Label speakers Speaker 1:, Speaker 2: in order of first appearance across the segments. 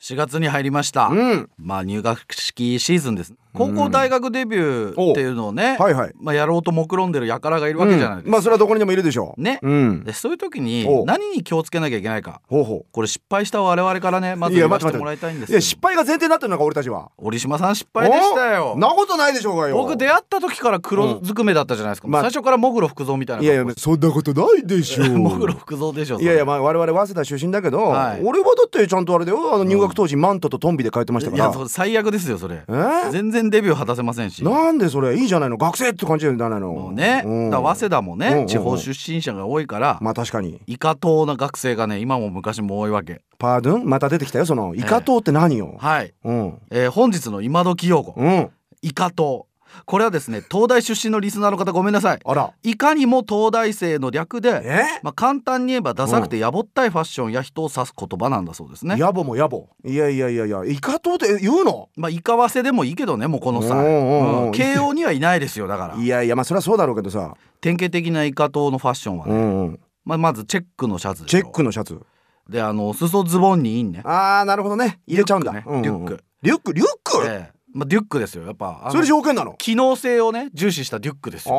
Speaker 1: 4月に入りました、
Speaker 2: うん
Speaker 1: まあ入学式シーズンです高校大学デビューっていうのをね、
Speaker 2: はいはい
Speaker 1: まあ、やろうと目論んでる輩がいるわけじゃないです
Speaker 2: う
Speaker 1: か、
Speaker 2: んまあそれはどこにでもいるでしょう
Speaker 1: ね
Speaker 2: うん
Speaker 1: でそういう時
Speaker 2: お
Speaker 1: に
Speaker 2: う
Speaker 1: 何に気をつけなきゃいけないか
Speaker 2: ほうほ
Speaker 1: これ失敗した我々からねま
Speaker 2: う
Speaker 1: ず
Speaker 2: いや
Speaker 1: 言わ
Speaker 2: 待
Speaker 1: せ
Speaker 2: って
Speaker 1: ても
Speaker 2: 待
Speaker 1: ら
Speaker 2: っ
Speaker 1: いたいんで
Speaker 2: て
Speaker 1: す
Speaker 2: い
Speaker 1: よ
Speaker 2: や失敗が前提になってるのか俺たちは
Speaker 1: 折島さん失敗でした
Speaker 2: お
Speaker 1: よ
Speaker 2: なことないでしょうがよ
Speaker 1: 僕出会った時から黒ずくめだったじゃないですか、
Speaker 2: うんまあ
Speaker 1: 最初からもぐろ福蔵みたいない
Speaker 2: やいやそんなことないでしょ う
Speaker 1: もぐろ福蔵でしょそ
Speaker 2: い
Speaker 1: れ
Speaker 2: やいやまあ我々早稲田出身だけど、
Speaker 1: はい
Speaker 2: 俺はだってちゃんとあれだよあの入学当時マントとトンビで通ってましたか
Speaker 1: い
Speaker 2: ら、
Speaker 1: やそう最悪ですよそれ
Speaker 2: え
Speaker 1: 全然デビュー果たせませんし
Speaker 2: ー、なんでそれいいじゃないの学生って感じじゃな
Speaker 1: も
Speaker 2: いの
Speaker 1: うね、
Speaker 2: うん
Speaker 1: だから早稲田もね、
Speaker 2: うんうんうん
Speaker 1: 地方出身者が多いから、
Speaker 2: まあ確かに
Speaker 1: いかとうな学生がね今も昔も多いわけ
Speaker 2: パードゥンまた出てきたよそのイカ島って何よ、
Speaker 1: はい、
Speaker 2: うん
Speaker 1: えー本日の今時用語、
Speaker 2: うん
Speaker 1: イカとうこれはですね東大出身のリスナーの方ごめんなさい
Speaker 2: あら
Speaker 1: いかにも東大生の略で、
Speaker 2: え
Speaker 1: まあ、簡単に言えばダサくてやぼったいファッションや人を指す言葉なんだそうですね
Speaker 2: 野暮も野暮いやいやいやいやイカ島って言うの
Speaker 1: まあいかわせでもいいけどねもうこの
Speaker 2: お
Speaker 1: 際
Speaker 2: うおうおう
Speaker 1: うん慶応にはいないですよだから
Speaker 2: いやいやまあそれはそうだろうけどさ、
Speaker 1: 典型的なイカとうのファッションは
Speaker 2: う
Speaker 1: ね、
Speaker 2: んうん、
Speaker 1: まあ、まずチェックのシャツでし
Speaker 2: チ
Speaker 1: ょ
Speaker 2: ェックのシャツ
Speaker 1: であの裾ズボンにインね
Speaker 2: ああなるほどね入れちゃうんだ
Speaker 1: リュック
Speaker 2: うん
Speaker 1: ね
Speaker 2: うん
Speaker 1: リ
Speaker 2: う
Speaker 1: ュッ
Speaker 2: ん
Speaker 1: ク
Speaker 2: リュックリュック、
Speaker 1: ええまあ、デュックですよやっぱあの
Speaker 2: それ条件なの
Speaker 1: 機能性をね重視したデュックですよ
Speaker 2: あ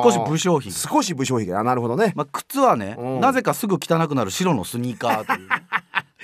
Speaker 2: ー
Speaker 1: 少し武将品、
Speaker 2: 少し武将髭あなるほどね、
Speaker 1: まあ、靴はね、
Speaker 2: うん
Speaker 1: なぜかすぐ汚くなる白のスニーカーと いうね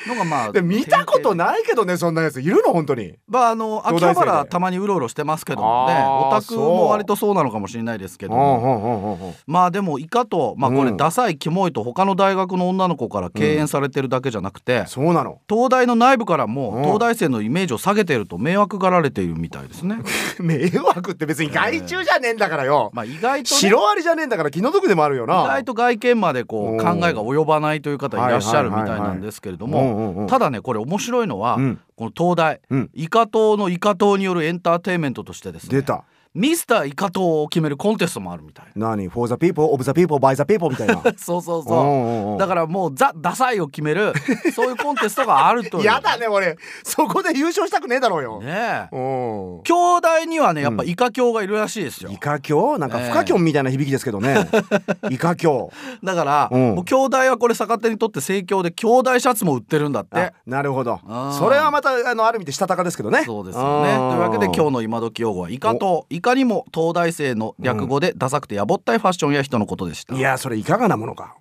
Speaker 1: のがまあ
Speaker 2: で見たこと
Speaker 1: 典型
Speaker 2: ないけどねそんなやついるの本当に
Speaker 1: まああの秋
Speaker 2: 東大生
Speaker 1: 葉
Speaker 2: で
Speaker 1: 原たまにうろうろしてますけどもね
Speaker 2: あー
Speaker 1: オタクも割とそうなのかもしれないですけどもまあでもイカと、まあ、こ
Speaker 2: う
Speaker 1: れ
Speaker 2: ん
Speaker 1: ダサいキモいと他の大学の女の子から敬遠されてるだけじゃなくて、
Speaker 2: そうなの
Speaker 1: 東大の内部からも
Speaker 2: うん
Speaker 1: 東大生のイメージを下げてると迷惑がられているみたいですね。
Speaker 2: 迷惑って別に害虫じゃねえんだからよ、
Speaker 1: まあ意外と、ね、意
Speaker 2: 白アリじゃねえんだから気の毒でもあるよな
Speaker 1: 外と外見までこ
Speaker 2: うん
Speaker 1: う考えが及ばないという方いらっしゃるみたいなんですけれど
Speaker 2: うん
Speaker 1: も
Speaker 2: うんうん
Speaker 1: ただねこれ面白いのは、
Speaker 2: うん
Speaker 1: この東大、
Speaker 2: うん
Speaker 1: イカ党のイカ党によるエンターテインメントとしてですね
Speaker 2: 出た
Speaker 1: ミスターイカ党を決めるコンテストもあるみたいな。
Speaker 2: 何 for the people of the people by the people みたいな
Speaker 1: そうそう
Speaker 2: おう
Speaker 1: そ
Speaker 2: おうお
Speaker 1: う。
Speaker 2: う
Speaker 1: だからもうザ・ダサいを決め るそういうコンテストがあるという。
Speaker 2: やだね俺そこで優勝したくねえだろうよ、
Speaker 1: ねえ。
Speaker 2: うん
Speaker 1: 兄弟にはねやっぱイカ教がいるらしいですよ
Speaker 2: イ。カ教なんか不可教みたいな響きですけ どね、イカ教
Speaker 1: だから、
Speaker 2: うん
Speaker 1: もう兄弟はこれ逆手にとって盛況で兄弟シャツも売ってるんだって
Speaker 2: あ。なるほど
Speaker 1: うん
Speaker 2: それはまたあのある意味でしたたかですけどね
Speaker 1: そうですよね。というわけで今日の今時用語はイカとイカにも東大生の略語でダサくてやぼったいファッションや人のことでした。
Speaker 2: いやそれいかがなものか